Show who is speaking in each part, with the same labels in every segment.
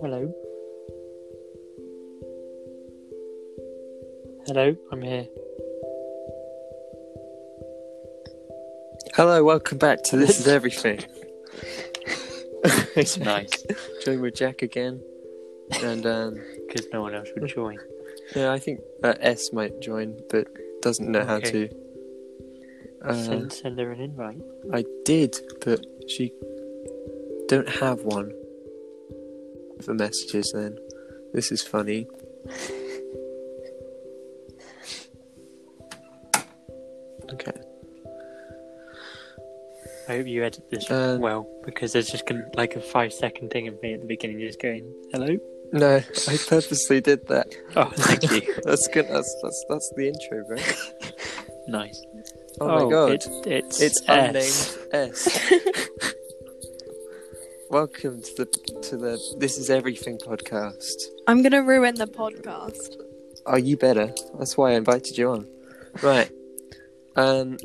Speaker 1: Hello. Hello, I'm here.
Speaker 2: Hello, welcome back to This Is Everything.
Speaker 1: It's nice
Speaker 2: Joined with Jack again. And um,
Speaker 1: because no one else would join.
Speaker 2: yeah, I think uh, S might join, but doesn't know how
Speaker 1: Okay.
Speaker 2: to. Uh,
Speaker 1: send, send her an invite.
Speaker 2: I did, but she don't have one for messages then. This is funny. Okay.
Speaker 1: I hope you edit this
Speaker 2: Uh,
Speaker 1: well because there's just gonna, like a five second thing of me at the beginning just going, hello?
Speaker 2: No, I purposely did that.
Speaker 1: Oh, thank you.
Speaker 2: That's good. That's that's that's the intro, right?
Speaker 1: nice.
Speaker 2: Oh, my god.
Speaker 1: It's, it's,
Speaker 2: It's
Speaker 1: S.
Speaker 2: unnamed S. Welcome to the to the This Is Everything podcast.
Speaker 3: I'm gonna ruin the podcast.
Speaker 2: Oh, you better. That's why I invited you on. Right. Um,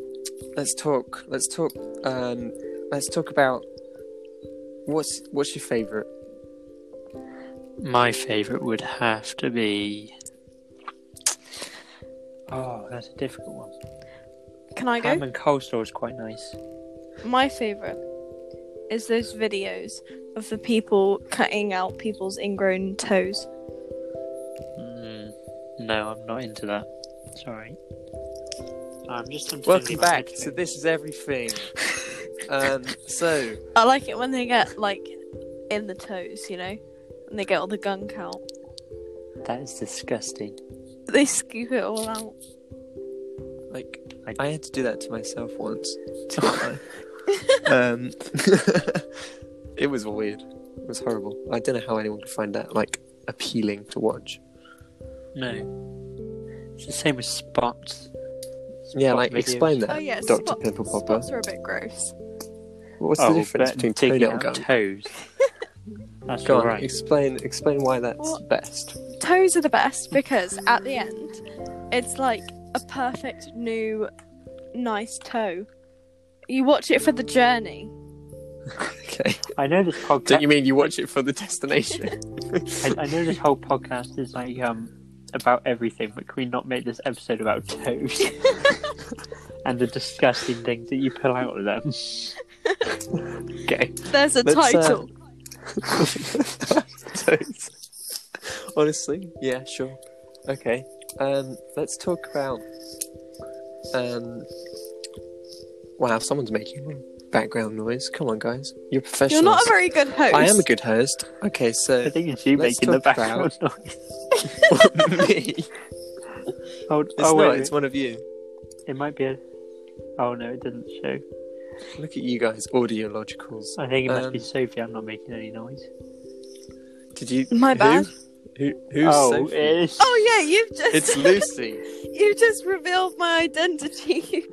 Speaker 2: let's talk. Let's talk. Um, let's talk about what's what's your favorite.
Speaker 1: My favourite would have to be. Oh, that's a difficult one.
Speaker 3: Can I
Speaker 1: Ham
Speaker 3: go?
Speaker 1: and coleslaw is quite nice.
Speaker 3: My favorite is those videos of the people cutting out people's ingrown toes.
Speaker 1: Mm, no, I'm not into that. Sorry. I'm just.
Speaker 2: Welcome back to This Is Everything. um, so
Speaker 3: I like it when they get like in the toes, you know, and they get all the gunk out.
Speaker 1: That is disgusting.
Speaker 3: They scoop it all out.
Speaker 2: like
Speaker 1: I-
Speaker 2: I had to do that to myself once. um, it was weird. It was horrible. I don't know how anyone could find that like appealing to watch.
Speaker 1: No. It's the same with spots.
Speaker 2: yeah,
Speaker 1: Spot
Speaker 2: like
Speaker 1: videos.
Speaker 2: explain that,
Speaker 3: Oh yeah,
Speaker 2: Um, Doctor
Speaker 3: spot-
Speaker 2: Pimple Popper.
Speaker 3: spots are a bit gross.
Speaker 2: What's
Speaker 1: oh,
Speaker 2: the difference
Speaker 1: but
Speaker 2: between
Speaker 1: digging
Speaker 2: toenail
Speaker 1: out
Speaker 2: gum?
Speaker 1: toes. That's
Speaker 2: Go
Speaker 1: all
Speaker 2: on,
Speaker 1: right.
Speaker 2: explain explain why that's
Speaker 3: What?
Speaker 2: best.
Speaker 3: Toes are the best because at the end, it's like a perfect new, nice toe. You watch it for the journey.
Speaker 2: Okay.
Speaker 1: I know this podcast.
Speaker 2: Don't you mean you watch it for the destination?
Speaker 1: I, I know this whole podcast is like um about everything, but can we not make this episode about toes and the disgusting things that you pull out of them?
Speaker 2: okay.
Speaker 3: There's a
Speaker 2: Let's, uh,
Speaker 3: title.
Speaker 2: Toes. Honestly, yeah, sure. Okay. Um, let's talk about. Um. Wow, someone's making background noise. Come on, guys, you're professionals.
Speaker 3: You're not a very good host.
Speaker 2: I am a good host. Okay,
Speaker 1: I
Speaker 2: so
Speaker 1: think it's you
Speaker 2: Let's
Speaker 1: making the
Speaker 2: talk
Speaker 1: background noise.
Speaker 2: me. It's
Speaker 1: Oh, oh,
Speaker 2: not.
Speaker 1: wait,
Speaker 2: It's one of you.
Speaker 1: it might be a. Oh no, it doesn't show.
Speaker 2: Look at you guys, audiologicals.
Speaker 1: I think it must be
Speaker 2: Um,
Speaker 1: Sophie. I'm not making any noise.
Speaker 2: Did you?
Speaker 3: My
Speaker 2: who?
Speaker 3: bad.
Speaker 2: Who? Who's
Speaker 1: oh,
Speaker 2: Sophie?
Speaker 1: it is.
Speaker 3: Oh yeah, you've
Speaker 2: It's
Speaker 3: just
Speaker 2: Lucy.
Speaker 3: you just revealed my identity.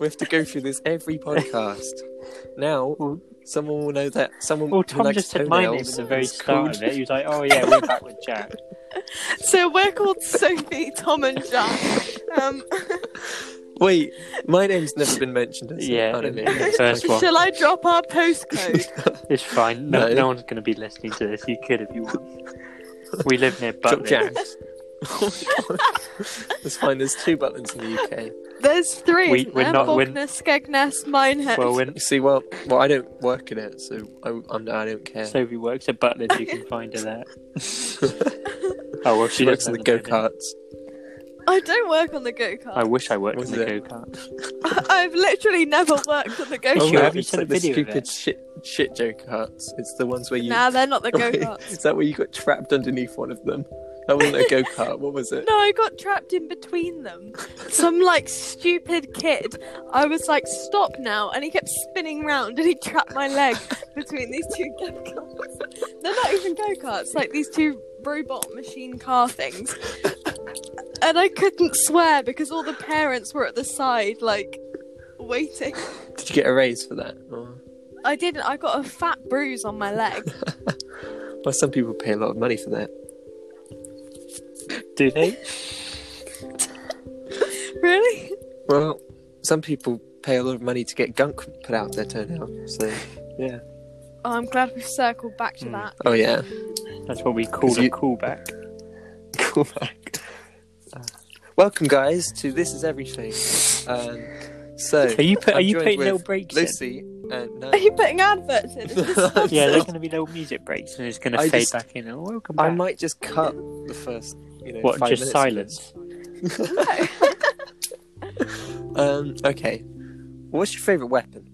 Speaker 2: We have to go through this every podcast. Now,
Speaker 1: Well-
Speaker 2: someone will know that someone
Speaker 1: Well,
Speaker 2: who
Speaker 1: Tom
Speaker 2: likes
Speaker 1: just said my name at
Speaker 2: toenails
Speaker 1: the very
Speaker 2: is
Speaker 1: start of
Speaker 2: called-
Speaker 1: it. He was like, "Oh yeah, we're back with Jack."
Speaker 3: so we're called Sophie, Tom, and John. Um,
Speaker 2: Wait, my name's never been mentioned. As
Speaker 1: Yeah,
Speaker 2: I don't
Speaker 1: in-
Speaker 2: know.
Speaker 1: in the first one.
Speaker 3: shall I drop our postcode?
Speaker 1: It's fine. No,
Speaker 2: No.
Speaker 1: no. one's going to be listening to this. You could if you want. We live near
Speaker 2: Drop
Speaker 1: Butler.
Speaker 2: Jack. That's fine. There's two buttons in the UK.
Speaker 3: There's three.
Speaker 1: We-
Speaker 3: isn't
Speaker 1: we're
Speaker 3: there?
Speaker 1: not- we're-
Speaker 3: Bognor, Skegness, Minehead.
Speaker 1: Well, when
Speaker 2: You see, well, well, I don't work in it, so I, I'm, I don't care.
Speaker 1: Sophie works at Butler, you can find her there. Oh well, she,
Speaker 2: she works in
Speaker 1: doesn't
Speaker 2: the
Speaker 1: at
Speaker 2: go
Speaker 1: minute.
Speaker 2: karts.
Speaker 3: I don't work on the go
Speaker 1: I
Speaker 3: kart.
Speaker 1: wish I worked
Speaker 2: Was
Speaker 1: in the go
Speaker 2: it?
Speaker 1: kart.
Speaker 3: I've literally never worked on the go
Speaker 1: Oh,
Speaker 3: kart.
Speaker 1: you have? You
Speaker 2: it's
Speaker 1: sent
Speaker 2: like
Speaker 1: a video
Speaker 2: the
Speaker 1: of it.
Speaker 2: stupid shit shit Joe karts. It's the ones where you
Speaker 3: Nah, they're not the go
Speaker 2: Wait,
Speaker 3: karts.
Speaker 2: Is that where you got trapped underneath one of them? That wasn't a go kart. What was it?
Speaker 3: No, I got trapped in between them. Some like stupid kid. I was like, stop now, and he kept spinning round and he trapped my leg between these two go karts. They're not even go karts, like these two robot machine car things. And I couldn't swear because all the parents were at the side, like waiting.
Speaker 2: Did you get a raise for that? Oh. Or...
Speaker 3: I didn't. I got a fat bruise on my leg.
Speaker 2: Well, some people pay a lot of money for that.
Speaker 1: Do they?
Speaker 3: Really?
Speaker 2: Well, some people pay a lot of money to get gunk put out their toenail. So, yeah.
Speaker 3: Oh, I'm glad we've circled back to
Speaker 1: Hmm.
Speaker 3: that.
Speaker 2: Oh, yeah.
Speaker 1: That's what we call
Speaker 2: you-
Speaker 1: a callback.
Speaker 2: Cool fact.
Speaker 1: Ah.
Speaker 2: Uh, welcome, guys, to This Is Everything. Um, so,
Speaker 1: Are you put, are
Speaker 2: I'm
Speaker 1: you
Speaker 2: joined
Speaker 1: putting
Speaker 2: with
Speaker 1: little breaks in?
Speaker 2: Lucy and uh, no,
Speaker 3: Are you putting adverts in? Is this-
Speaker 1: Yeah, there's going to be little music breaks, and it's going to
Speaker 2: I
Speaker 1: fade
Speaker 2: just-
Speaker 1: back in. And welcome back.
Speaker 2: I might just cut the first, you know,
Speaker 1: what?
Speaker 2: five
Speaker 1: Just
Speaker 2: minutes.
Speaker 1: silence.
Speaker 3: no.
Speaker 2: Um, okay. What's your favorite weapon?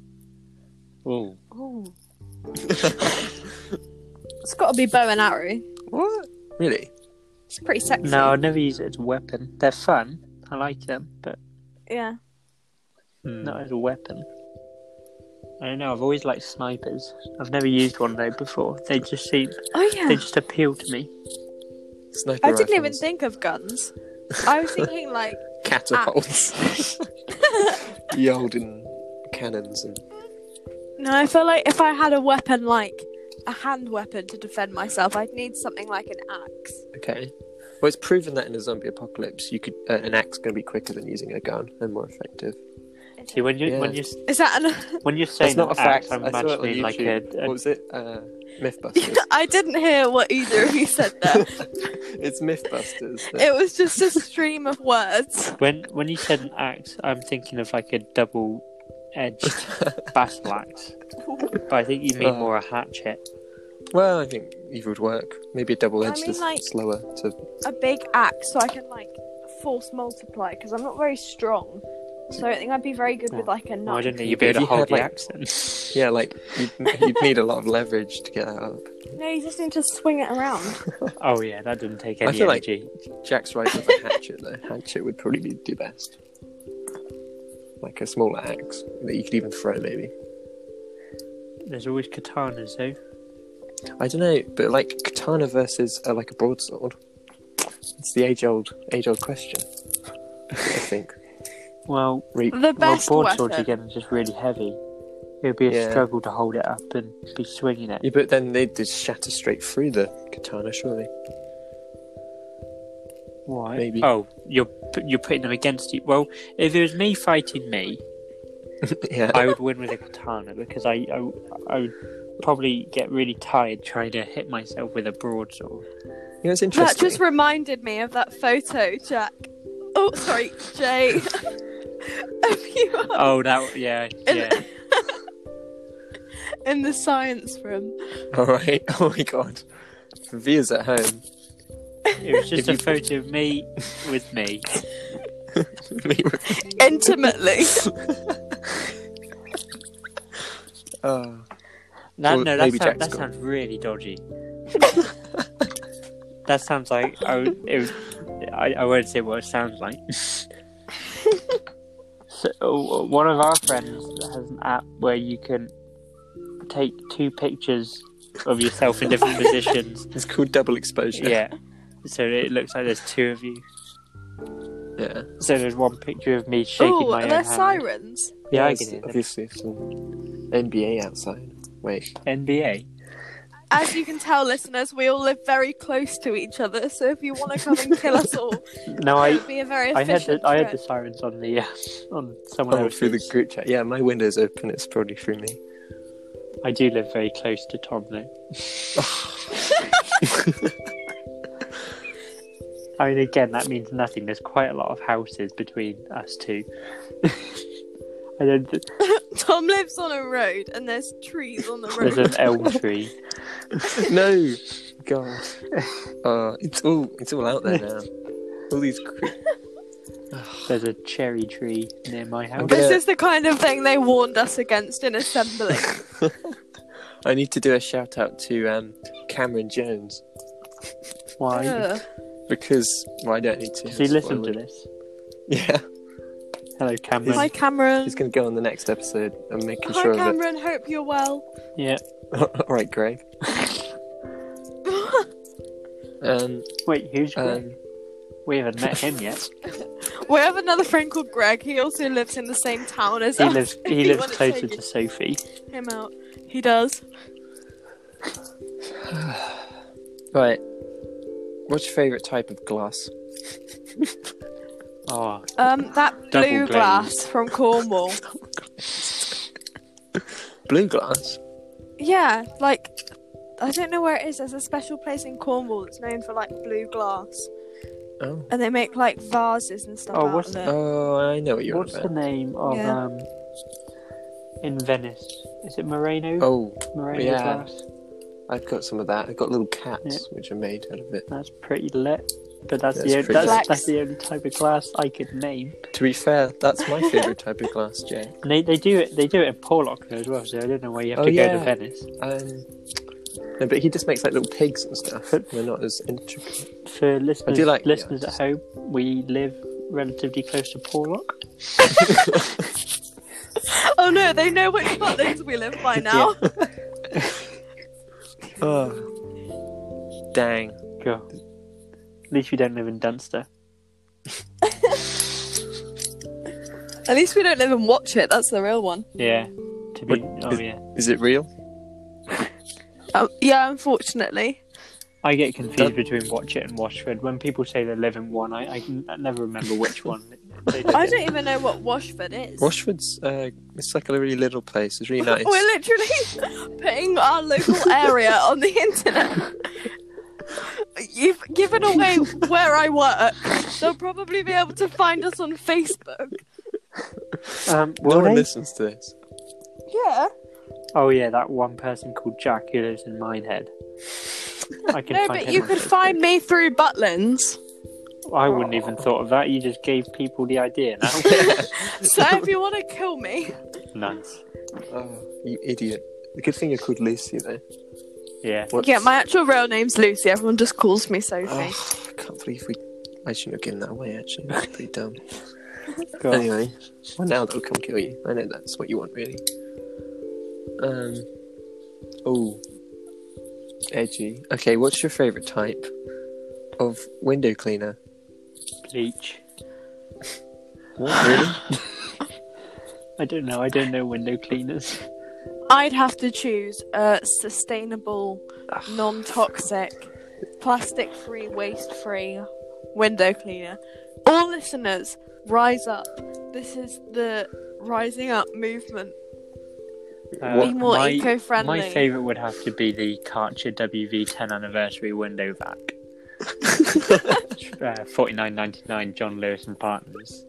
Speaker 1: Ooh.
Speaker 3: Ooh. It's got to be bow and arrow.
Speaker 2: What? Really?
Speaker 3: It's pretty sexy.
Speaker 1: No, I never use it as a weapon. They're fun. I like them, but
Speaker 3: Yeah.
Speaker 2: Hmm.
Speaker 1: not as a weapon. I don't know. I've always liked snipers. I've never used one though before. They just seem
Speaker 3: Oh
Speaker 1: they
Speaker 3: yeah.
Speaker 1: just appeal to me.
Speaker 2: Sniper
Speaker 3: I didn't even
Speaker 2: rifles.
Speaker 3: think of guns. I was thinking like
Speaker 2: catapults. the olden cannons and
Speaker 3: no, I feel like if I had a weapon like a hand weapon to defend myself, I'd need something like an axe.
Speaker 2: okay. Well, it's proven that in a zombie apocalypse, you could uh, an axe going to be quicker than using a gun and more effective.
Speaker 1: See, when you
Speaker 2: Yeah.
Speaker 1: when you
Speaker 3: Is that an?
Speaker 1: when you're saying
Speaker 2: That's not a
Speaker 1: that,
Speaker 2: fact.
Speaker 1: I'm
Speaker 2: I saw it on
Speaker 1: imagining like
Speaker 2: YouTube.
Speaker 1: a,
Speaker 2: What
Speaker 1: a
Speaker 2: was it? Uh, Mythbusters.
Speaker 3: I didn't hear what either of you said there.
Speaker 2: it's Mythbusters. that-
Speaker 3: it was just a stream of words.
Speaker 1: when when you said an axe, I'm thinking of like a double-edged battle axe. But I think you mean
Speaker 2: Uh.
Speaker 1: more a hatchet.
Speaker 2: well, I think either would work. Maybe a double edged
Speaker 3: I mean,
Speaker 2: is
Speaker 3: like-
Speaker 2: slower to.
Speaker 3: A big axe, so I can like force multiply because I'm not very strong. So I think I'd be very good
Speaker 1: Oh.
Speaker 3: with like a knife.
Speaker 1: No, I don't think
Speaker 2: you
Speaker 1: you'd be able to
Speaker 2: had,
Speaker 1: hold the
Speaker 2: like-
Speaker 1: axe accent.
Speaker 2: Yeah, like you'd, you'd need a lot of leverage to get that up.
Speaker 3: No, you just need to swing it around.
Speaker 1: Oh yeah, that didn't take
Speaker 2: I
Speaker 1: any
Speaker 2: feel like-
Speaker 1: energy.
Speaker 2: Jack's right with a hatchet though. Hatchet would probably be do best. Like a smaller axe that you could even throw maybe.
Speaker 1: There's always katanas though.
Speaker 2: I don't know, but like katana versus uh, like a broadsword. It's the age old age old question. I think.
Speaker 1: Well,
Speaker 2: Re-
Speaker 3: The best
Speaker 1: well,
Speaker 3: weapon.
Speaker 1: broadswords again are just really heavy. It would be a
Speaker 2: Yeah.
Speaker 1: struggle to hold it up and be swinging it.
Speaker 2: yeah, but then they'd just shatter straight through the katana, surely.
Speaker 1: Why?
Speaker 2: Maybe.
Speaker 1: Oh, you're pu- you're putting them against you. Well, if it was me fighting me,
Speaker 2: yeah.
Speaker 1: I would win with a katana because I, I I would probably get really tired trying to hit myself with a broadsword.
Speaker 2: You know, it's
Speaker 3: That
Speaker 2: interesting.
Speaker 3: just reminded me of that photo, Jack. Oh, sorry, Jay. of you
Speaker 1: Oh, that yeah
Speaker 3: And-
Speaker 1: yeah.
Speaker 3: in the science room.
Speaker 2: All right. Oh my god. Via's at home.
Speaker 1: It was
Speaker 2: If
Speaker 1: just
Speaker 2: you-
Speaker 1: a photo of me with me.
Speaker 2: Me with-
Speaker 3: Intimately.
Speaker 2: uh,
Speaker 1: That, no,
Speaker 2: Or
Speaker 1: that,
Speaker 2: maybe
Speaker 1: sound,
Speaker 2: Jack's
Speaker 1: that
Speaker 2: gone.
Speaker 1: sounds really dodgy. that sounds like I, would- it would, I, I won't say what it sounds like. so uh, one of our friends has an app where you can take two pictures of yourself in different positions.
Speaker 2: it's called double exposure.
Speaker 1: Yeah. So it looks like there's two of you.
Speaker 2: Yeah.
Speaker 1: So there's one picture of me shaking
Speaker 3: Oh,
Speaker 1: my own
Speaker 3: they're
Speaker 1: hand.
Speaker 3: sirens.
Speaker 1: Yeah, I
Speaker 2: There's
Speaker 1: can hear them.
Speaker 2: obviously some NBA outside. Wait.
Speaker 1: NBA.
Speaker 3: As you can tell, listeners, we all live very close to each other. So if you want to come and kill us all,
Speaker 1: No, I,
Speaker 3: it'd be a very
Speaker 1: I had the,
Speaker 3: efficient
Speaker 1: I had the
Speaker 3: trip.
Speaker 1: sirens on the uh, on someone
Speaker 2: Oh,
Speaker 1: else's.
Speaker 2: through the group chat. Yeah, my window's open. It's probably through me.
Speaker 1: I do live very close to Tom, though. I mean, again, that means nothing. There's quite a lot of houses between us two. I don't. Th-
Speaker 3: Tom lives on a road, and there's trees on the
Speaker 1: there's
Speaker 3: road.
Speaker 1: an elm tree.
Speaker 2: no, God. Uh, it's all it's all out there now. All these. Cre-
Speaker 1: There's a cherry tree near my house.
Speaker 2: gonna-
Speaker 3: This is the kind of thing they warned us against in assembly.
Speaker 2: I need to do a shout out to um, Cameron Jones
Speaker 1: Why?
Speaker 3: Ugh.
Speaker 2: because well, I don't need to.
Speaker 1: Does he
Speaker 2: that's
Speaker 1: listen
Speaker 2: why
Speaker 1: to
Speaker 2: we-
Speaker 1: this?
Speaker 2: Yeah,
Speaker 1: Hello, Cameron.
Speaker 3: Hi, Cameron.
Speaker 2: he's going to go on the next episode. I'm making
Speaker 3: Hi,
Speaker 2: sure
Speaker 3: Cameron. Hope you're well.
Speaker 1: Yeah.
Speaker 2: of it. all right, Greg. Um,
Speaker 1: Wait, who's Greg?
Speaker 2: um,
Speaker 1: We haven't met him yet.
Speaker 3: We have another friend called Greg. He also lives in the same town as
Speaker 1: He
Speaker 3: us.
Speaker 1: lives.
Speaker 3: You
Speaker 1: He lives
Speaker 3: wanna
Speaker 1: closer
Speaker 3: take
Speaker 1: to Sophie.
Speaker 3: him out. He does.
Speaker 2: right. What's your favourite type of glass?
Speaker 1: Oh,
Speaker 3: Um, that
Speaker 1: Double
Speaker 3: blue
Speaker 1: glazed.
Speaker 3: glass from Cornwall.
Speaker 2: Blue glass.
Speaker 3: yeah, like I don't know where it is. There's a special place in Cornwall that's known for like blue glass,
Speaker 2: Oh.
Speaker 3: and they make like vases and stuff
Speaker 1: Oh,
Speaker 3: out
Speaker 1: what's-
Speaker 3: of it.
Speaker 2: Oh, I know what you're
Speaker 1: what's the
Speaker 2: about.
Speaker 1: name of
Speaker 3: Yeah.
Speaker 1: um in Venice? Is it Moreno?
Speaker 2: Oh,
Speaker 1: Moreno
Speaker 2: yeah.
Speaker 1: glass.
Speaker 2: I've got some of that. I've got little cats
Speaker 1: Yeah.
Speaker 2: which are made out of it.
Speaker 1: That's pretty lit. But that's,
Speaker 2: That's
Speaker 1: the
Speaker 2: pretty
Speaker 1: only, that's,
Speaker 3: lit.
Speaker 1: that's the only type of glass I could name.
Speaker 2: To be fair, that's my favourite type of glass, Jay.
Speaker 1: And they, they do it they do it in Porlock though as well, so I don't know why you have
Speaker 2: Oh,
Speaker 1: to go
Speaker 2: yeah.
Speaker 1: to Venice.
Speaker 2: Um, no, but he just makes like little pigs and stuff. They're not as intricate.
Speaker 1: For listeners
Speaker 2: like- yeah,
Speaker 1: listeners
Speaker 2: just-
Speaker 1: at home, we live relatively close to Porlock.
Speaker 3: Oh no, they know which buttons we live by now.
Speaker 2: Oh. Dang.
Speaker 1: God. At least we don't live in Dunster.
Speaker 3: At least we don't live and watch it. That's the real one.
Speaker 1: Yeah. To be
Speaker 2: What-
Speaker 1: oh yeah.
Speaker 2: Is it real?
Speaker 3: Um, yeah, unfortunately.
Speaker 1: I get confused
Speaker 2: Dun-
Speaker 1: between Watch It and Washford. When people say they live in one, I, I, can, I never remember which one. They live
Speaker 3: I
Speaker 1: in.
Speaker 3: don't even know what Washford is.
Speaker 2: Washford's, uh, it's like a really little place. It's really nice.
Speaker 3: We're literally putting our local area on the internet. You've given away where I work. They'll probably be able to find us on Facebook.
Speaker 1: Um,
Speaker 2: no
Speaker 1: will
Speaker 2: one
Speaker 1: they?
Speaker 2: listens to this.
Speaker 3: Yeah.
Speaker 1: Oh yeah, that one person called Jack who lives in Minehead. I can
Speaker 3: No,
Speaker 1: find
Speaker 3: but
Speaker 1: him
Speaker 3: you
Speaker 1: on
Speaker 3: could Oh.
Speaker 1: Facebook.
Speaker 3: find me through Butlins.
Speaker 1: I wouldn't even thought of that. You just gave people the idea. Now,
Speaker 3: So if you want to kill me,
Speaker 1: nice.
Speaker 2: Oh, you idiot. The good thing you're called Lucy, though.
Speaker 1: Yeah.
Speaker 2: What's...
Speaker 3: yeah, my actual real name's Lucy. Everyone just calls me Sophie.
Speaker 2: Oh, I can't believe we. I shouldn't have given that away, actually. That's pretty dumb.
Speaker 1: God.
Speaker 2: Anyway, well, now they'll come kill you. I know that's what you want, really. Um. Oh. Edgy. Okay, what's your favourite type of window cleaner?
Speaker 1: Bleach.
Speaker 2: What, really?
Speaker 1: I don't know. I don't know window cleaners. Oh.
Speaker 3: I'd have to choose a sustainable, non toxic, plastic free, waste free window cleaner. All listeners, rise up. This is the rising up movement.
Speaker 2: What-
Speaker 3: Be more
Speaker 1: Uh, my-
Speaker 3: eco
Speaker 1: My
Speaker 3: friendly.
Speaker 1: favourite would have to be the Karcher WV10 anniversary window vac. uh, Forty nine ninety nine, John Lewis and Partners.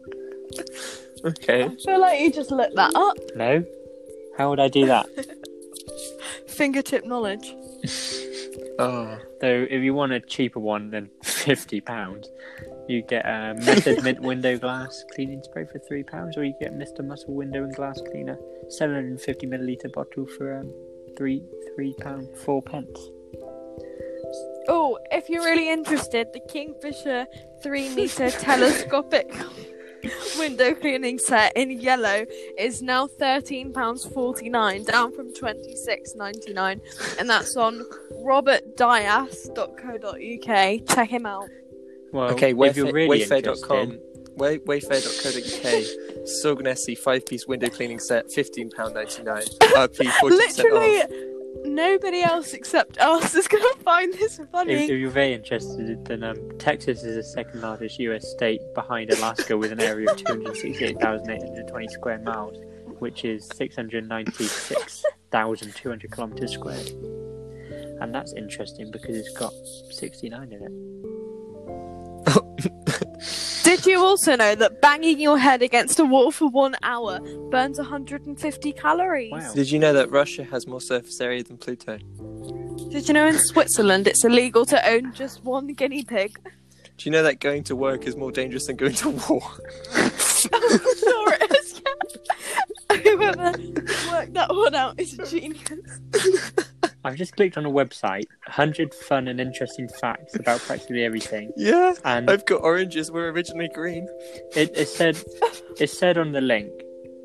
Speaker 2: okay.
Speaker 3: I feel like you just looked that up.
Speaker 1: No, how would I do that?
Speaker 3: Fingertip knowledge.
Speaker 2: Oh.
Speaker 1: Though, if you want a cheaper one than fifty pounds, you get a Method Mint window glass cleaning spray for three pounds, or you get Mister Muscle window and glass cleaner, seven hundred and fifty milliliter bottle for um, three three pound four pence.
Speaker 3: Oh, if you're really interested, the Kingfisher 3 meter telescopic window cleaning set in yellow is now £13.49, down from £26.99. And that's on robertdias.co.uk. Check him out.
Speaker 1: Well,
Speaker 2: Okay,
Speaker 1: if
Speaker 2: Wayfair,
Speaker 1: you're really
Speaker 2: Wayfair.com.
Speaker 1: interested-
Speaker 2: Way, Wayfair.co.uk. Sognessy five piece window cleaning set, £15.99. RP 40%
Speaker 3: Literally,
Speaker 2: off.
Speaker 3: nobody else except us is going to find this
Speaker 1: If,
Speaker 3: funny.
Speaker 1: if you're very interested, then um, Texas is the second largest U.S. state behind Alaska, with an area of 268,820 square miles, which is 696,200 kilometers squared. And that's interesting because it's got 69 in it.
Speaker 3: Did you also know that banging your head against a wall for one hour burns 150 calories?
Speaker 1: Wow.
Speaker 2: Did you know that Russia has more surface area than Pluto?
Speaker 3: Did you know in Switzerland it's illegal to own just one guinea pig?
Speaker 2: Do you know that going to work is more dangerous than going to war?
Speaker 3: Sorry, Whoever worked that one out is a genius.
Speaker 1: I've just clicked on a website, 100 fun and interesting facts about practically everything,
Speaker 2: yeah.
Speaker 1: and
Speaker 2: I've got oranges were originally green.
Speaker 1: it, it said it said on the link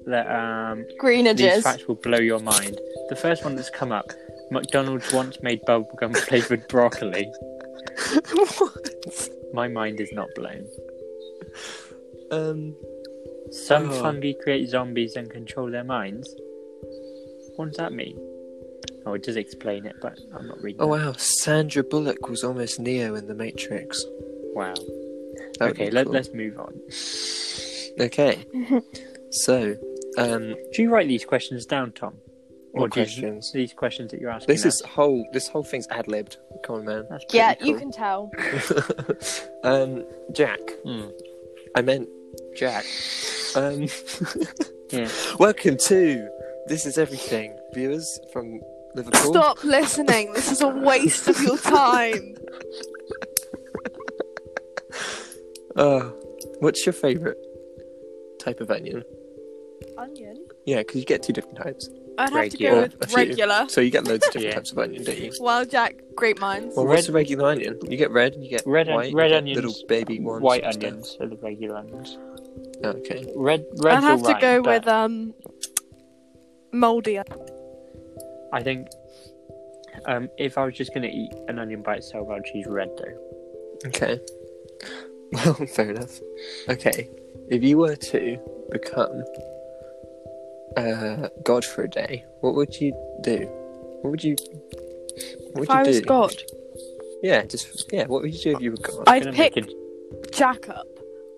Speaker 1: that um, These
Speaker 3: Greenages.
Speaker 1: facts will blow your mind. The first one that's come up McDonald's once made bubblegum flavoured broccoli. My mind is not blown.
Speaker 2: um,
Speaker 1: Some
Speaker 2: Oh.
Speaker 1: fungi create zombies and control their minds. What does that mean? Oh, it does explain it, but I'm not reading
Speaker 2: oh
Speaker 1: it.
Speaker 2: wow, Sandra Bullock was almost Neo in The Matrix.
Speaker 1: Wow.
Speaker 2: That would
Speaker 1: okay,
Speaker 2: be
Speaker 1: let,
Speaker 2: cool.
Speaker 1: let's move on.
Speaker 2: Okay. so, um,
Speaker 1: Do you write these questions down, Tom?
Speaker 2: more
Speaker 1: do you-
Speaker 2: questions.
Speaker 1: these questions that you're asking.
Speaker 2: This is whole. This whole thing's ad libbed. Come on, man.
Speaker 1: now? That's
Speaker 3: Yeah,
Speaker 1: pretty
Speaker 3: you
Speaker 1: cool.
Speaker 3: can tell.
Speaker 2: um, Jack.
Speaker 1: Mm.
Speaker 2: I meant Jack. Um,
Speaker 1: Yeah.
Speaker 2: welcome to This Is Everything, viewers from Liverpool.
Speaker 3: Stop listening. This is a waste of your time.
Speaker 2: Uh, what's your favourite type of onion?
Speaker 3: Onion.
Speaker 2: Yeah, because you get two different types.
Speaker 3: I'd have to
Speaker 1: Regular.
Speaker 3: go
Speaker 2: A
Speaker 3: with
Speaker 2: few.
Speaker 3: regular.
Speaker 2: So you get loads of different
Speaker 1: Yeah.
Speaker 2: types of onion, don't you?
Speaker 3: Well, Jack, great minds.
Speaker 2: Well, what's a regular onion? You get red, you get
Speaker 1: Red on-
Speaker 2: white,
Speaker 1: red
Speaker 2: you get
Speaker 1: onions,
Speaker 2: little baby ones,
Speaker 1: White
Speaker 2: and stuff.
Speaker 1: onions are the regular onions.
Speaker 2: Oh, okay.
Speaker 1: Red, red.
Speaker 3: I'd have to go with um, moldy.
Speaker 1: I think um, if I was just going to eat an onion by itself, I'd choose red though.
Speaker 2: Okay. Well, fair enough. Okay. If you were to become uh, God for a day, what would you do? What would you? What would you
Speaker 3: If I was
Speaker 2: do?
Speaker 3: God,
Speaker 2: Yeah, just yeah. What would you do if you were God?
Speaker 3: I'd
Speaker 1: Gonna
Speaker 3: pick
Speaker 1: make it-
Speaker 3: Jack up,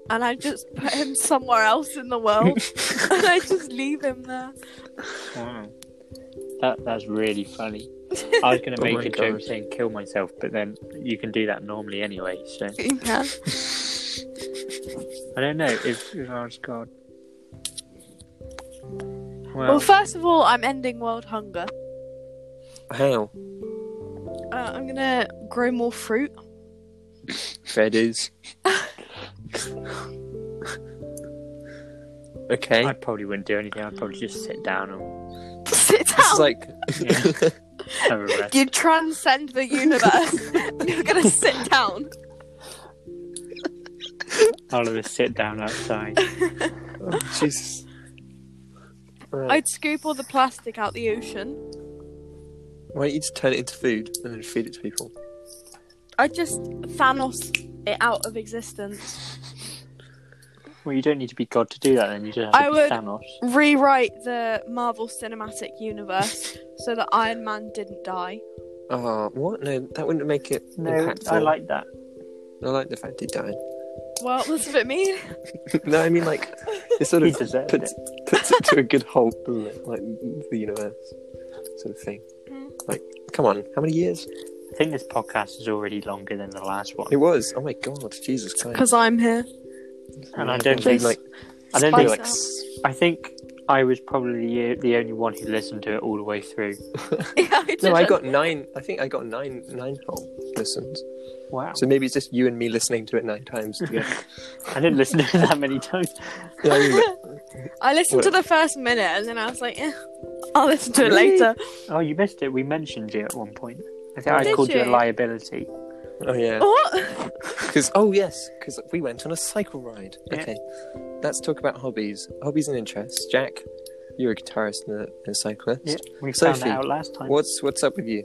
Speaker 3: and I'd just put him somewhere else in the world, and I'd just leave him there.
Speaker 1: Wow. That, that's really funny. I was going to
Speaker 2: Oh
Speaker 1: make
Speaker 2: my
Speaker 1: a joke
Speaker 2: God.
Speaker 1: saying kill myself, but then you can do that normally anyway. So
Speaker 3: You can.
Speaker 1: I don't know if, if I was God.
Speaker 3: Well,
Speaker 1: Well,
Speaker 3: first of all, I'm ending world hunger.
Speaker 2: How?
Speaker 3: Uh, I'm gonna grow more fruit.
Speaker 2: Fair dues. okay.
Speaker 1: I probably wouldn't do anything. I'd probably just sit down and
Speaker 3: Sit
Speaker 2: This is
Speaker 3: down.
Speaker 2: like
Speaker 1: Yeah. have a rest.
Speaker 3: You transcend the universe. and You're gonna sit down.
Speaker 1: I'll just sit down outside.
Speaker 2: oh, Jesus. Right.
Speaker 3: I'd scoop all the plastic out the ocean.
Speaker 2: Why don't you just turn it into food and then feed it to people?
Speaker 3: I'd just Thanos it out of existence.
Speaker 1: Well, you don't need to be God to do that. Then you just have to
Speaker 3: I
Speaker 1: be
Speaker 3: would-
Speaker 1: Thanos.
Speaker 3: Rewrite the Marvel Cinematic Universe so that Iron Man didn't die.
Speaker 2: Oh, what? No, that wouldn't make it
Speaker 1: No,
Speaker 2: impactful.
Speaker 1: I like that.
Speaker 2: I like the fact he died.
Speaker 3: Well, that's a bit mean.
Speaker 2: no, I mean like it sort
Speaker 1: He
Speaker 2: of
Speaker 1: deserved
Speaker 2: puts
Speaker 1: it.
Speaker 2: puts it to a good halt, doesn't it? Like the universe, sort of thing.
Speaker 3: Mm.
Speaker 2: Like, come on, how many years?
Speaker 1: I think this podcast is already longer than the last one,
Speaker 2: It was. Oh my god, Jesus Christ!
Speaker 3: Because I'm here.
Speaker 1: and I don't
Speaker 3: Please.
Speaker 1: think like I don't
Speaker 2: Be
Speaker 1: think
Speaker 3: Spice
Speaker 1: like
Speaker 2: like,
Speaker 3: out.
Speaker 2: s-
Speaker 1: I think I was probably the, the only one who listened to it all the way through.
Speaker 3: Yeah, I
Speaker 2: no, I
Speaker 3: didn't.
Speaker 2: got nine. I think I got nine nine whole listens.
Speaker 1: Wow,
Speaker 2: So maybe it's just you and me listening to it nine times. together.
Speaker 1: I didn't listen to it that many times.
Speaker 2: Yeah, I mean, like,
Speaker 3: I listened to the first minute and then I was like, eh, I'll listen to it later.
Speaker 1: Oh, you missed it. We mentioned you at one point. I think
Speaker 2: Oh,
Speaker 1: I
Speaker 3: did
Speaker 1: called you? a
Speaker 3: you?
Speaker 1: liability.
Speaker 2: oh yeah.
Speaker 3: What?
Speaker 2: Because oh yes, because we went on a cycle ride.
Speaker 1: Yeah.
Speaker 2: Okay, let's talk about hobbies, hobbies and interests. Jack, you're a guitarist and a, and a cyclist.
Speaker 1: Yeah, we found
Speaker 2: Sophie,
Speaker 1: that out last time.
Speaker 2: What's what's up with you?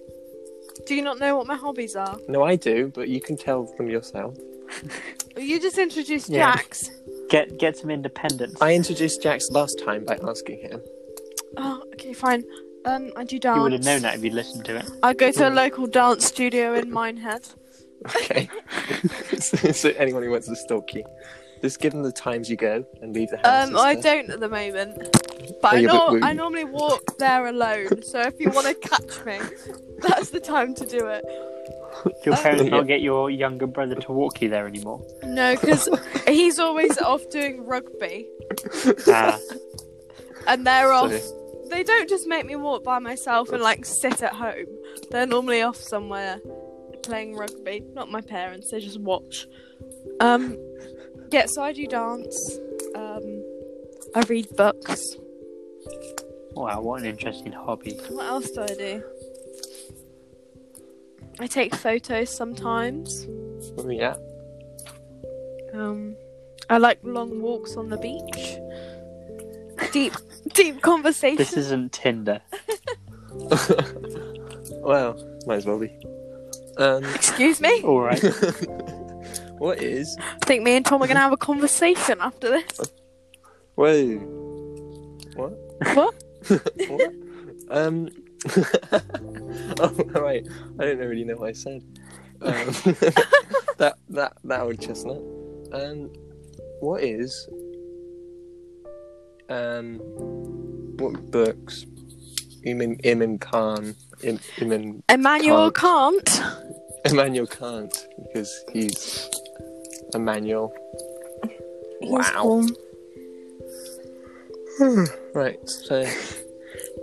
Speaker 3: Do you not know what my hobbies are?
Speaker 2: No, I do, but you can tell from yourself.
Speaker 3: You just introduced
Speaker 1: Yeah.
Speaker 3: Jax.
Speaker 1: Get get some independence.
Speaker 2: I introduced Jax last time by asking him.
Speaker 3: Oh, okay, fine. Um, I do dance.
Speaker 1: You would have known that if you listened to it.
Speaker 3: I go to a local dance studio in Minehead. Um,
Speaker 2: Okay. so, so anyone who wants to stalk you, just give them the times you go and leave the house.
Speaker 3: Um,
Speaker 2: and
Speaker 3: I
Speaker 2: stuff.
Speaker 3: don't at the moment, but
Speaker 2: Oh,
Speaker 3: I,
Speaker 2: yeah, but
Speaker 3: nor-
Speaker 2: we-
Speaker 3: I normally walk there alone. So if you want to catch me, that's the time to do it.
Speaker 1: Your
Speaker 3: Oh.
Speaker 1: parents
Speaker 2: Yeah.
Speaker 1: not get your younger brother to walk you there anymore.
Speaker 3: No, because he's always off doing rugby,
Speaker 1: Ah,
Speaker 3: and they're off.
Speaker 2: Sorry.
Speaker 3: They don't just make me walk by myself and like sit at home. They're normally off somewhere playing rugby. Not my parents. They just watch. Um, yeah. So I do dance. Um, I read books.
Speaker 1: wow, what an interesting hobby.
Speaker 3: What else do I do? I take photos sometimes.
Speaker 2: Oh, yeah.
Speaker 3: Um, I like long walks on the beach. Deep, deep conversations.
Speaker 1: This isn't Tinder.
Speaker 2: well, might as well be. Um,
Speaker 3: Excuse me.
Speaker 1: All right.
Speaker 2: what is?
Speaker 3: I think me and Tom are gonna have a conversation after this.
Speaker 2: Whoa.
Speaker 3: What?
Speaker 2: What? um. oh, right. I don't really know what I said. Um, that that that old chestnut. Um, what is um, what books? Imam Imam Khan, Im, Imam
Speaker 3: Emmanuel can't.
Speaker 2: Emmanuel Kant because he's Emmanuel.
Speaker 3: He's
Speaker 2: Wow. Hmm,
Speaker 3: warm.
Speaker 2: Right. So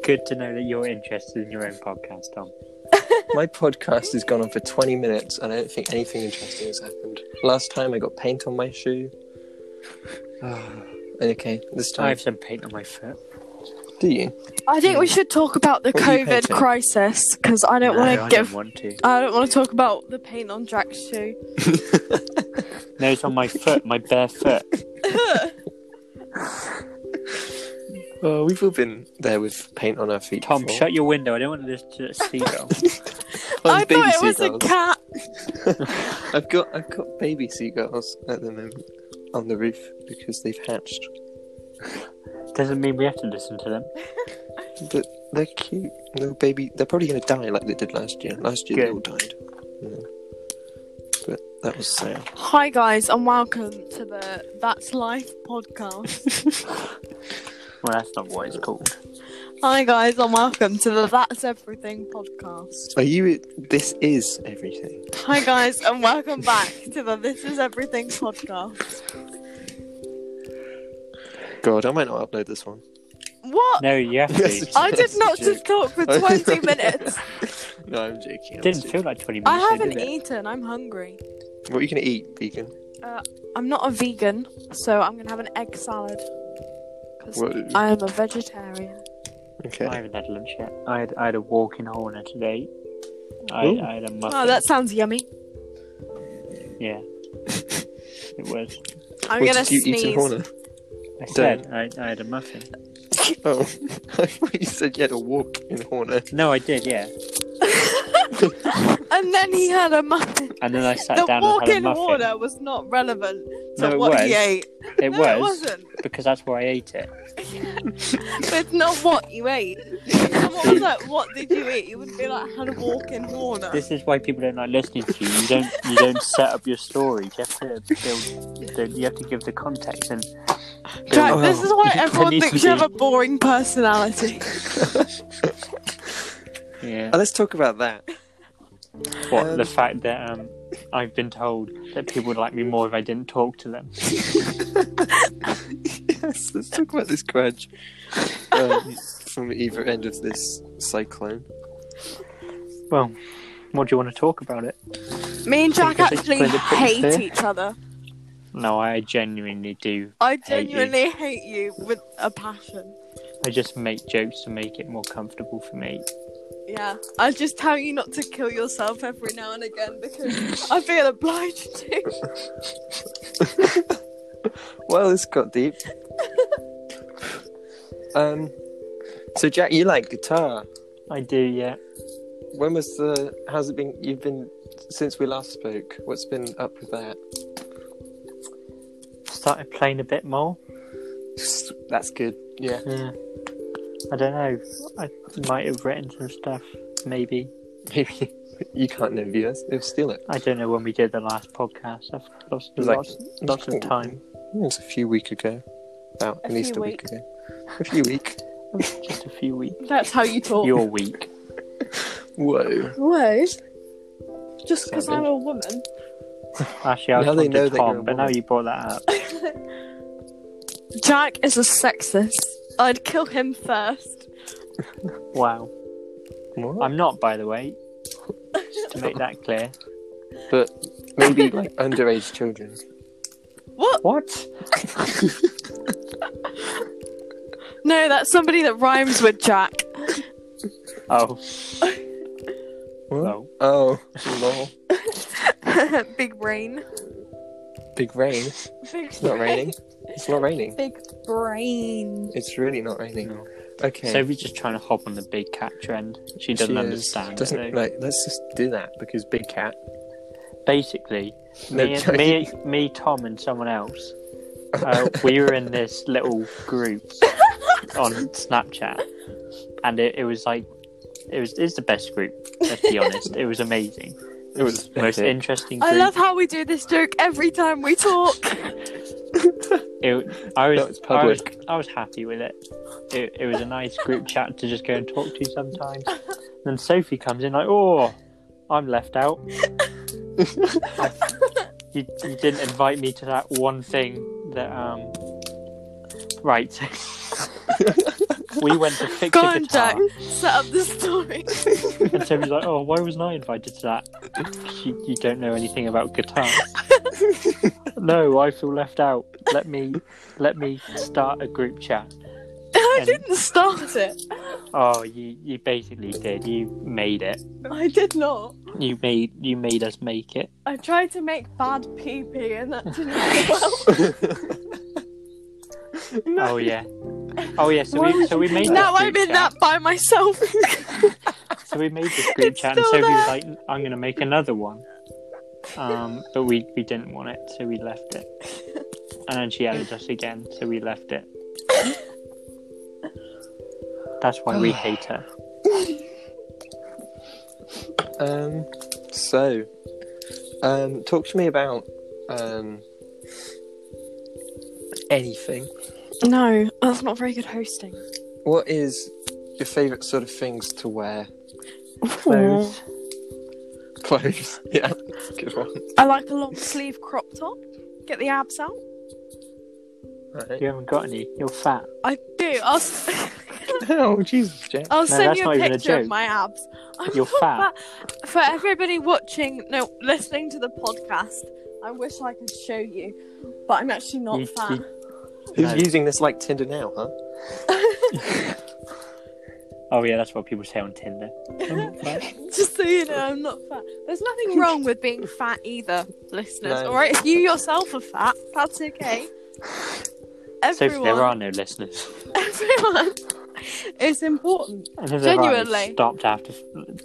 Speaker 1: Good to know that you're interested in your own podcast, Tom.
Speaker 2: my podcast has gone on for 20 minutes, and I don't think anything interesting has happened. Last time I got paint on my shoe. And okay, this
Speaker 1: I
Speaker 2: time.
Speaker 1: have some paint on my foot.
Speaker 2: Do you?
Speaker 3: I think we should talk about the
Speaker 2: What are you
Speaker 3: COVID
Speaker 2: painting?
Speaker 3: crisis because I don't
Speaker 1: No,
Speaker 3: want to
Speaker 1: I
Speaker 3: give.
Speaker 1: don't want to.
Speaker 3: I don't want to talk about the paint on Jack's shoe.
Speaker 1: No, it's on my foot, my bare foot.
Speaker 2: Well, we've all been there with paint on our feet.
Speaker 1: Tom,
Speaker 2: before.
Speaker 1: shut your window. I don't want this to see them.
Speaker 3: I
Speaker 2: baby
Speaker 3: thought it was a
Speaker 2: seagulls.
Speaker 3: cat.
Speaker 2: I've got I've got baby seagulls at the moment on the roof because they've hatched.
Speaker 1: Doesn't mean we have to listen to them.
Speaker 2: But they're cute little baby. They're probably going to die like they did last year. Last year they all
Speaker 1: Good.
Speaker 2: died. Yeah. But that was sad.
Speaker 3: Hi guys, and welcome to the That's Life podcast.
Speaker 1: Well, that's not what
Speaker 3: Uh,
Speaker 1: it's called.
Speaker 3: Hi guys, and welcome to the That's Everything podcast.
Speaker 2: Are you? This is everything.
Speaker 3: Hi guys, and welcome back to the This Is Everything podcast.
Speaker 2: God, I might not upload this one.
Speaker 3: What?
Speaker 1: No, you have to.
Speaker 2: Yes,
Speaker 1: It
Speaker 3: I did
Speaker 2: That's a
Speaker 3: not just talk for twenty minutes.
Speaker 2: No, I'm joking. I'm
Speaker 1: didn't
Speaker 2: joking.
Speaker 1: feel like 20 minutes.
Speaker 3: I
Speaker 1: though,
Speaker 3: haven't
Speaker 1: did it?
Speaker 3: eaten. I'm hungry.
Speaker 2: What are you going to eat, vegan?
Speaker 3: I'm not a vegan, so I'm gonna have an egg salad. 'Cause
Speaker 2: What?
Speaker 3: I am a vegetarian. e-
Speaker 2: Okay.
Speaker 1: I haven't had lunch yet. I had, I had a walking horner today. I,
Speaker 2: Ooh.
Speaker 1: I had a muffin.
Speaker 3: Oh, that sounds yummy.
Speaker 1: Yeah. It was.
Speaker 3: I'm
Speaker 2: what
Speaker 3: gonna
Speaker 2: did you
Speaker 3: sneeze.
Speaker 2: eat in Horner?
Speaker 1: I said I, I had a muffin.
Speaker 2: Oh, I thought you said you had a walk in Horner.
Speaker 1: No, I did, yeah.
Speaker 3: and then he had a muffin.
Speaker 1: And then I sat
Speaker 3: The
Speaker 1: down and
Speaker 3: walk
Speaker 1: had a
Speaker 3: in
Speaker 1: muffin.
Speaker 3: water was not relevant to
Speaker 1: No, it
Speaker 3: what he
Speaker 1: was.
Speaker 3: ate.
Speaker 1: It
Speaker 3: no, it
Speaker 1: was,
Speaker 3: wasn't.
Speaker 1: because that's where I ate it.
Speaker 3: But it's not what you ate. If someone was like, "What did you eat?" You would be like, "Had a walk in Horner."
Speaker 1: This is why people don't like listening to you. You don't you don't set up your story. You have to build. The, you have to give the context. And
Speaker 3: Jack,
Speaker 2: Oh.
Speaker 3: this is why everyone
Speaker 1: needs
Speaker 3: thinks
Speaker 1: to
Speaker 3: you have
Speaker 1: be-
Speaker 3: a boring personality.
Speaker 1: yeah,
Speaker 2: Oh, let's talk about that.
Speaker 1: what
Speaker 2: um,
Speaker 1: the fact that um, I've been told that people would like me more if I didn't talk to them.
Speaker 2: yes, let's talk about this grudge um, from either end of this cyclone.
Speaker 1: Well, what do you want to talk about it?
Speaker 3: Me and Jack
Speaker 1: Because it's
Speaker 3: actually
Speaker 1: pretty- pretty
Speaker 3: hate
Speaker 1: fair.
Speaker 3: each other.
Speaker 1: No, I genuinely do.
Speaker 3: I
Speaker 1: Hate you.
Speaker 3: genuinely hate you with a passion.
Speaker 1: I just make jokes to make it more comfortable for me.
Speaker 3: Yeah, I just tell you not to kill yourself every now and again because I feel obliged to.
Speaker 2: Well, this got deep. um, so Jack, you like guitar.
Speaker 1: I do, yeah.
Speaker 2: When was the? How's it been? You've been since we last spoke. What's been up with that?
Speaker 1: Started playing a bit more.
Speaker 2: That's good. Yeah.
Speaker 1: Yeah. I don't know. I might have written some stuff, maybe.
Speaker 2: Maybe you can't know viewers. They'll steal it.
Speaker 1: I don't know when we did the last podcast. I've lost
Speaker 2: was like-
Speaker 1: lots, lots of time.
Speaker 2: It was a few week ago. About
Speaker 3: A
Speaker 2: at least
Speaker 3: few
Speaker 2: a week ago. A few week.
Speaker 1: Just a few weeks.
Speaker 3: That's how you talk.
Speaker 1: Your week.
Speaker 2: Whoa.
Speaker 3: Whoa. Just
Speaker 2: 'cause I'm
Speaker 3: a woman.
Speaker 1: Actually, I was
Speaker 2: Now they
Speaker 1: talking to
Speaker 2: know that you're a
Speaker 1: Tom, but now
Speaker 2: woman.
Speaker 1: you brought that up.
Speaker 3: Jack is a sexist. I'd kill him first.
Speaker 1: Wow.
Speaker 2: What?
Speaker 1: I'm not, by the way. Just to make that clear.
Speaker 2: But maybe like underage children.
Speaker 3: What?
Speaker 1: What?
Speaker 3: No, that's somebody that rhymes with Jack.
Speaker 1: Oh,
Speaker 2: What?
Speaker 1: well.
Speaker 2: Oh, lol.
Speaker 3: Big brain.
Speaker 2: Big rain.
Speaker 3: Big
Speaker 2: It's not raining. It's not raining.
Speaker 3: Big brain.
Speaker 2: It's really not raining.
Speaker 1: No.
Speaker 2: Okay.
Speaker 1: Sophie's just trying to hop on the big cat trend. She
Speaker 2: She
Speaker 1: doesn't
Speaker 2: is-
Speaker 1: understand.
Speaker 2: Doesn't
Speaker 1: it, eh? though.
Speaker 2: like. Let's just do that because big cat.
Speaker 1: Basically,
Speaker 2: No,
Speaker 1: me, and-
Speaker 2: Jack,
Speaker 1: me, me, Tom, and someone else, uh, we were in this little group on Snapchat, and it, it was like, it was it's the best group. Let's be honest, it was amazing. It was the most
Speaker 2: Okay.
Speaker 1: interesting.
Speaker 3: I
Speaker 1: group.
Speaker 3: love how we do this joke every time we talk.
Speaker 1: It, I was,
Speaker 2: That was
Speaker 1: I was,
Speaker 2: public.
Speaker 1: I was happy with it. it. It was a nice group chat to just go and talk to sometimes. Then Sophie comes in like, oh, I'm left out. I- you, you didn't invite me to that one thing that um. Right. we went to fix
Speaker 3: Go
Speaker 1: a
Speaker 3: on,
Speaker 1: guitar.
Speaker 3: Jack. Set up the story.
Speaker 1: And Sophie's like, oh, why wasn't I invited to that? You, you don't know anything about guitars. no, I feel left out. Let me, let me start a group chat.
Speaker 3: I
Speaker 1: And-
Speaker 3: didn't start it.
Speaker 1: Oh, you, you basically did. You made it.
Speaker 3: I did not.
Speaker 1: You made, you made us make it.
Speaker 3: I tried to make bad pee pee and that didn't go well.
Speaker 1: Oh yeah. Oh yeah. So
Speaker 3: Why
Speaker 1: we,
Speaker 3: would
Speaker 1: so we made.
Speaker 3: Now
Speaker 1: this
Speaker 3: I'm
Speaker 1: group
Speaker 3: in
Speaker 1: chat.
Speaker 3: that by myself.
Speaker 1: So we made this group
Speaker 3: It's
Speaker 1: chat, and
Speaker 3: still
Speaker 1: Sophie was
Speaker 3: there.
Speaker 1: like, "I'm going to make another one," um, but we we didn't want it, so we left it. And then she added us again, so we left it. That's why we hate her.
Speaker 2: Um, so, um, talk to me about um, anything.
Speaker 3: No, that's not very good hosting.
Speaker 2: What is your favourite sort of things to wear?
Speaker 1: Clothes.
Speaker 2: Clothes. Yeah, good one.
Speaker 3: I like a long sleeve crop top. Get the abs out.
Speaker 2: Right.
Speaker 1: You haven't got any. You're fat.
Speaker 3: I do. I'll, s-
Speaker 2: Oh, Jesus, Jack.
Speaker 3: I'll send
Speaker 1: that's
Speaker 3: you
Speaker 1: not
Speaker 3: a
Speaker 1: even a
Speaker 3: picture
Speaker 1: joke.
Speaker 3: of my abs. I'm
Speaker 1: You're
Speaker 3: not
Speaker 1: fat.
Speaker 3: fat. For everybody watching, no, listening to the podcast, I wish I could show you, but I'm actually not
Speaker 1: You-
Speaker 3: fat.
Speaker 1: you-
Speaker 2: Who's
Speaker 1: No.
Speaker 2: using this like Tinder now, huh?
Speaker 1: Oh yeah, that's what people say on Tinder. I'm fat.
Speaker 3: Just so you know, I'm not fat. There's nothing wrong with being fat either, listeners.
Speaker 2: No.
Speaker 3: All right, if you yourself are fat, that's okay.
Speaker 1: Sophie, there
Speaker 3: Everyone,
Speaker 1: are no listeners.
Speaker 3: everyone, it's important.
Speaker 1: And if there are, it's
Speaker 3: Genuinely.
Speaker 1: stopped after f-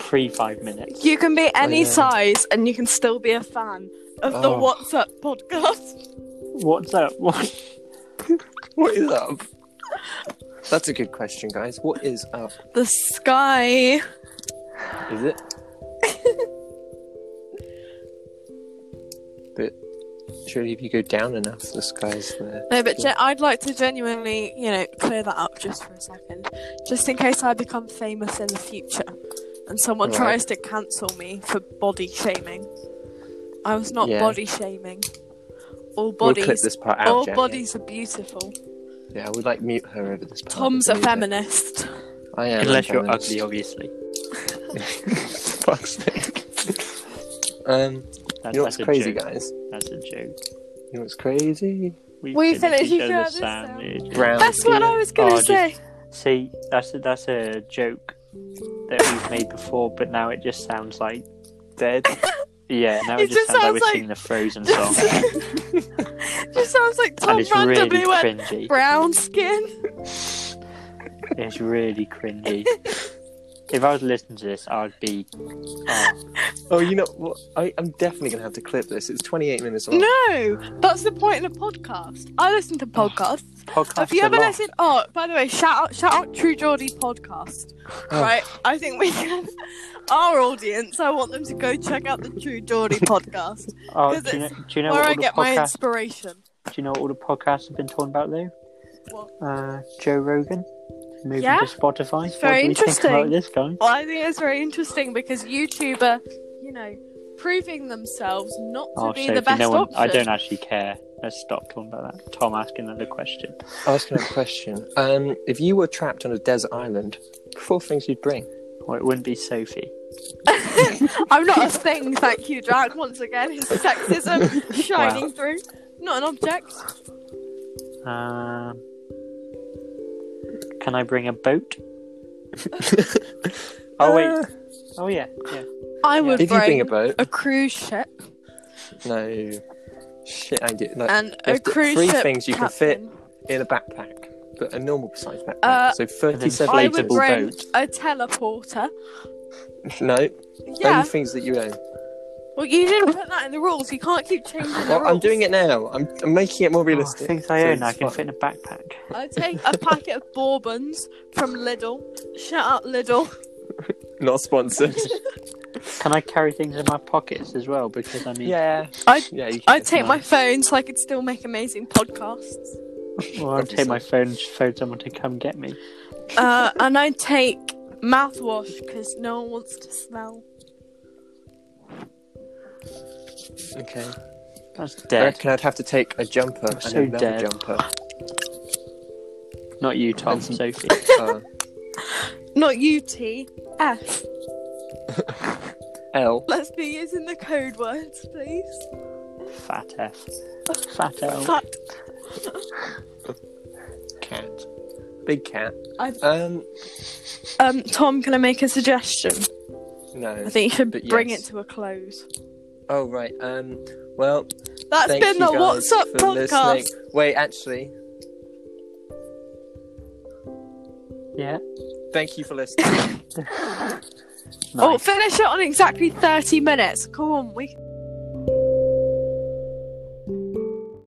Speaker 1: pre five minutes.
Speaker 3: You can be any
Speaker 2: Oh, yeah.
Speaker 3: size, and you can still be a fan of the
Speaker 2: Oh.
Speaker 3: What's Up podcast.
Speaker 1: What's up? What?
Speaker 2: What is up? That's a good question, guys. What is up?
Speaker 3: The sky.
Speaker 2: Is it? but surely if you go down enough, the sky's there.
Speaker 3: No, but gen- I'd like to genuinely, you know, clear that up just for a second, just in case I become famous in the future and someone
Speaker 2: Right.
Speaker 3: tries to cancel me for body shaming. I was not
Speaker 2: Yeah.
Speaker 3: body shaming. All
Speaker 2: We'll clip
Speaker 3: bodies,
Speaker 2: this part out.
Speaker 3: all
Speaker 2: Jack.
Speaker 3: bodies are beautiful.
Speaker 2: Yeah, we'd like mute her over this part.
Speaker 3: Tom's a
Speaker 2: We'll do that.
Speaker 3: feminist.
Speaker 2: I am.
Speaker 1: Unless
Speaker 2: a
Speaker 1: you're
Speaker 2: feminist.
Speaker 1: ugly, obviously.
Speaker 2: Fuck's sake.
Speaker 1: That,
Speaker 2: um, you know
Speaker 1: that's
Speaker 2: what's
Speaker 1: a
Speaker 2: crazy,
Speaker 1: joke.
Speaker 2: guys?
Speaker 1: That's a joke.
Speaker 2: You know what's crazy?
Speaker 1: We,
Speaker 3: We
Speaker 1: finished
Speaker 3: finished each other's
Speaker 2: Brown.
Speaker 3: That's what I was
Speaker 1: Oh,
Speaker 3: gonna
Speaker 1: just-
Speaker 3: say.
Speaker 1: See, that's a, that's a joke that we've made before, but now it just sounds like
Speaker 2: Dead.
Speaker 1: yeah. Now it,
Speaker 3: It
Speaker 1: just,
Speaker 3: just
Speaker 1: sounds, like we're
Speaker 3: sounds like-
Speaker 1: singing the Frozen song,
Speaker 3: Just, just sounds like
Speaker 1: and
Speaker 3: Tom
Speaker 1: it's really
Speaker 3: randomly went
Speaker 1: cringy.
Speaker 3: brown skin.
Speaker 1: It's really cringy. if I was listening to this, I'd be. Oh,
Speaker 2: Oh, you know what? I, I'm definitely gonna have to clip this. It's 28 minutes long.
Speaker 3: No, that's the point of a podcast. I listen to podcasts.
Speaker 1: podcasts
Speaker 3: Have you
Speaker 1: are
Speaker 3: ever
Speaker 1: long.
Speaker 3: listened? Oh, by the way, shout out, shout out, True Geordie podcast.
Speaker 2: Oh.
Speaker 3: Right, I think we can. Our audience, I want them to go check out the True Geordie podcast
Speaker 1: Oh,
Speaker 3: 'Cause
Speaker 1: do you know,
Speaker 3: it's
Speaker 1: do you know
Speaker 3: where
Speaker 1: what
Speaker 3: I
Speaker 1: all the
Speaker 3: get my
Speaker 1: podcasts?
Speaker 3: inspiration.
Speaker 1: Do you know what all the podcasts have been talking about though?
Speaker 3: What?
Speaker 1: Uh, Joe Rogan moving
Speaker 3: Yeah.
Speaker 1: to Spotify.
Speaker 3: It's very
Speaker 1: what do we think about
Speaker 3: interesting.
Speaker 1: this guy?
Speaker 3: Well, I think it's very interesting because YouTube are, you know, proving themselves not to
Speaker 1: Oh,
Speaker 3: be
Speaker 1: Sophie,
Speaker 3: the best
Speaker 1: no one.
Speaker 3: option.
Speaker 1: I don't actually care. Let's stop talking about that. Tom asking another question.
Speaker 2: Ask another question. Um, if you were trapped on a desert island, four things you'd bring.
Speaker 1: Well, it wouldn't be Sophie.
Speaker 3: I'm not a thing, thank you, Jack. Once again, his sexism shining
Speaker 1: Wow.
Speaker 3: through. Not an object.
Speaker 1: Um, can I bring a boat? Oh
Speaker 2: Uh,
Speaker 1: wait. Oh yeah. Yeah.
Speaker 3: I would
Speaker 2: if you
Speaker 3: bring
Speaker 2: bring a boat,
Speaker 3: a cruise ship.
Speaker 2: no. Shit, I did. Like,
Speaker 3: and
Speaker 2: You
Speaker 3: a
Speaker 2: have to-
Speaker 3: cruise
Speaker 2: three
Speaker 3: ship
Speaker 2: things you can
Speaker 3: captain.
Speaker 2: in a backpack, but a normal size backpack.
Speaker 3: Uh,
Speaker 2: so
Speaker 1: An
Speaker 2: 37
Speaker 3: I
Speaker 1: inflatable
Speaker 3: would
Speaker 2: liters.
Speaker 3: bring
Speaker 1: boat.
Speaker 3: a teleporter.
Speaker 2: No,
Speaker 3: Yeah.
Speaker 2: only things that you own.
Speaker 3: Well, you didn't put that in the rules. You can't keep changing the
Speaker 2: Well,
Speaker 3: rules.
Speaker 2: I'm doing it now. I'm, I'm making it more realistic.
Speaker 1: Oh, things I
Speaker 2: so
Speaker 1: own,
Speaker 2: it's
Speaker 1: I can
Speaker 2: fine.
Speaker 1: fit in a backpack.
Speaker 3: I take a packet of bourbons from Lidl. Shout out Lidl.
Speaker 2: Not sponsored.
Speaker 1: Can I carry things in my pockets as well? Because I mean,
Speaker 2: Yeah.
Speaker 3: I-
Speaker 2: yeah, you
Speaker 3: I'd
Speaker 2: can.
Speaker 3: take my
Speaker 1: nice.
Speaker 3: phone so I could still make amazing podcasts.
Speaker 1: well, I'll take my phone, phone someone to come get me.
Speaker 3: Uh, and I'd take mouthwash because no one wants to smell.
Speaker 2: Okay.
Speaker 1: That's
Speaker 2: I
Speaker 1: dead.
Speaker 2: reckon I'd have to take a jumper and
Speaker 1: so
Speaker 2: another
Speaker 1: dead.
Speaker 2: jumper.
Speaker 1: Not you, Tom.
Speaker 2: That's-
Speaker 1: Sophie.
Speaker 2: Uh,
Speaker 3: Not you, T. F.
Speaker 2: L.
Speaker 3: Let's be using the code words, please.
Speaker 1: Fat F. Fat
Speaker 2: Oh.
Speaker 1: L.
Speaker 3: Fuck.
Speaker 2: Cat. Big cat.
Speaker 3: I-
Speaker 2: Um,
Speaker 3: Um, Tom, can I make a suggestion? I
Speaker 2: no.
Speaker 3: think you should
Speaker 2: But
Speaker 3: bring
Speaker 2: yes.
Speaker 3: it to a close.
Speaker 2: Oh, right. Um, well,
Speaker 3: That's
Speaker 2: thank
Speaker 3: been
Speaker 2: you
Speaker 3: the
Speaker 2: guys
Speaker 3: What's Up
Speaker 2: for
Speaker 3: podcast.
Speaker 2: listening. Wait, actually,
Speaker 1: Yeah.
Speaker 2: thank you for listening.
Speaker 1: Nice.
Speaker 3: Oh, finish it on exactly 30 minutes. Come on, we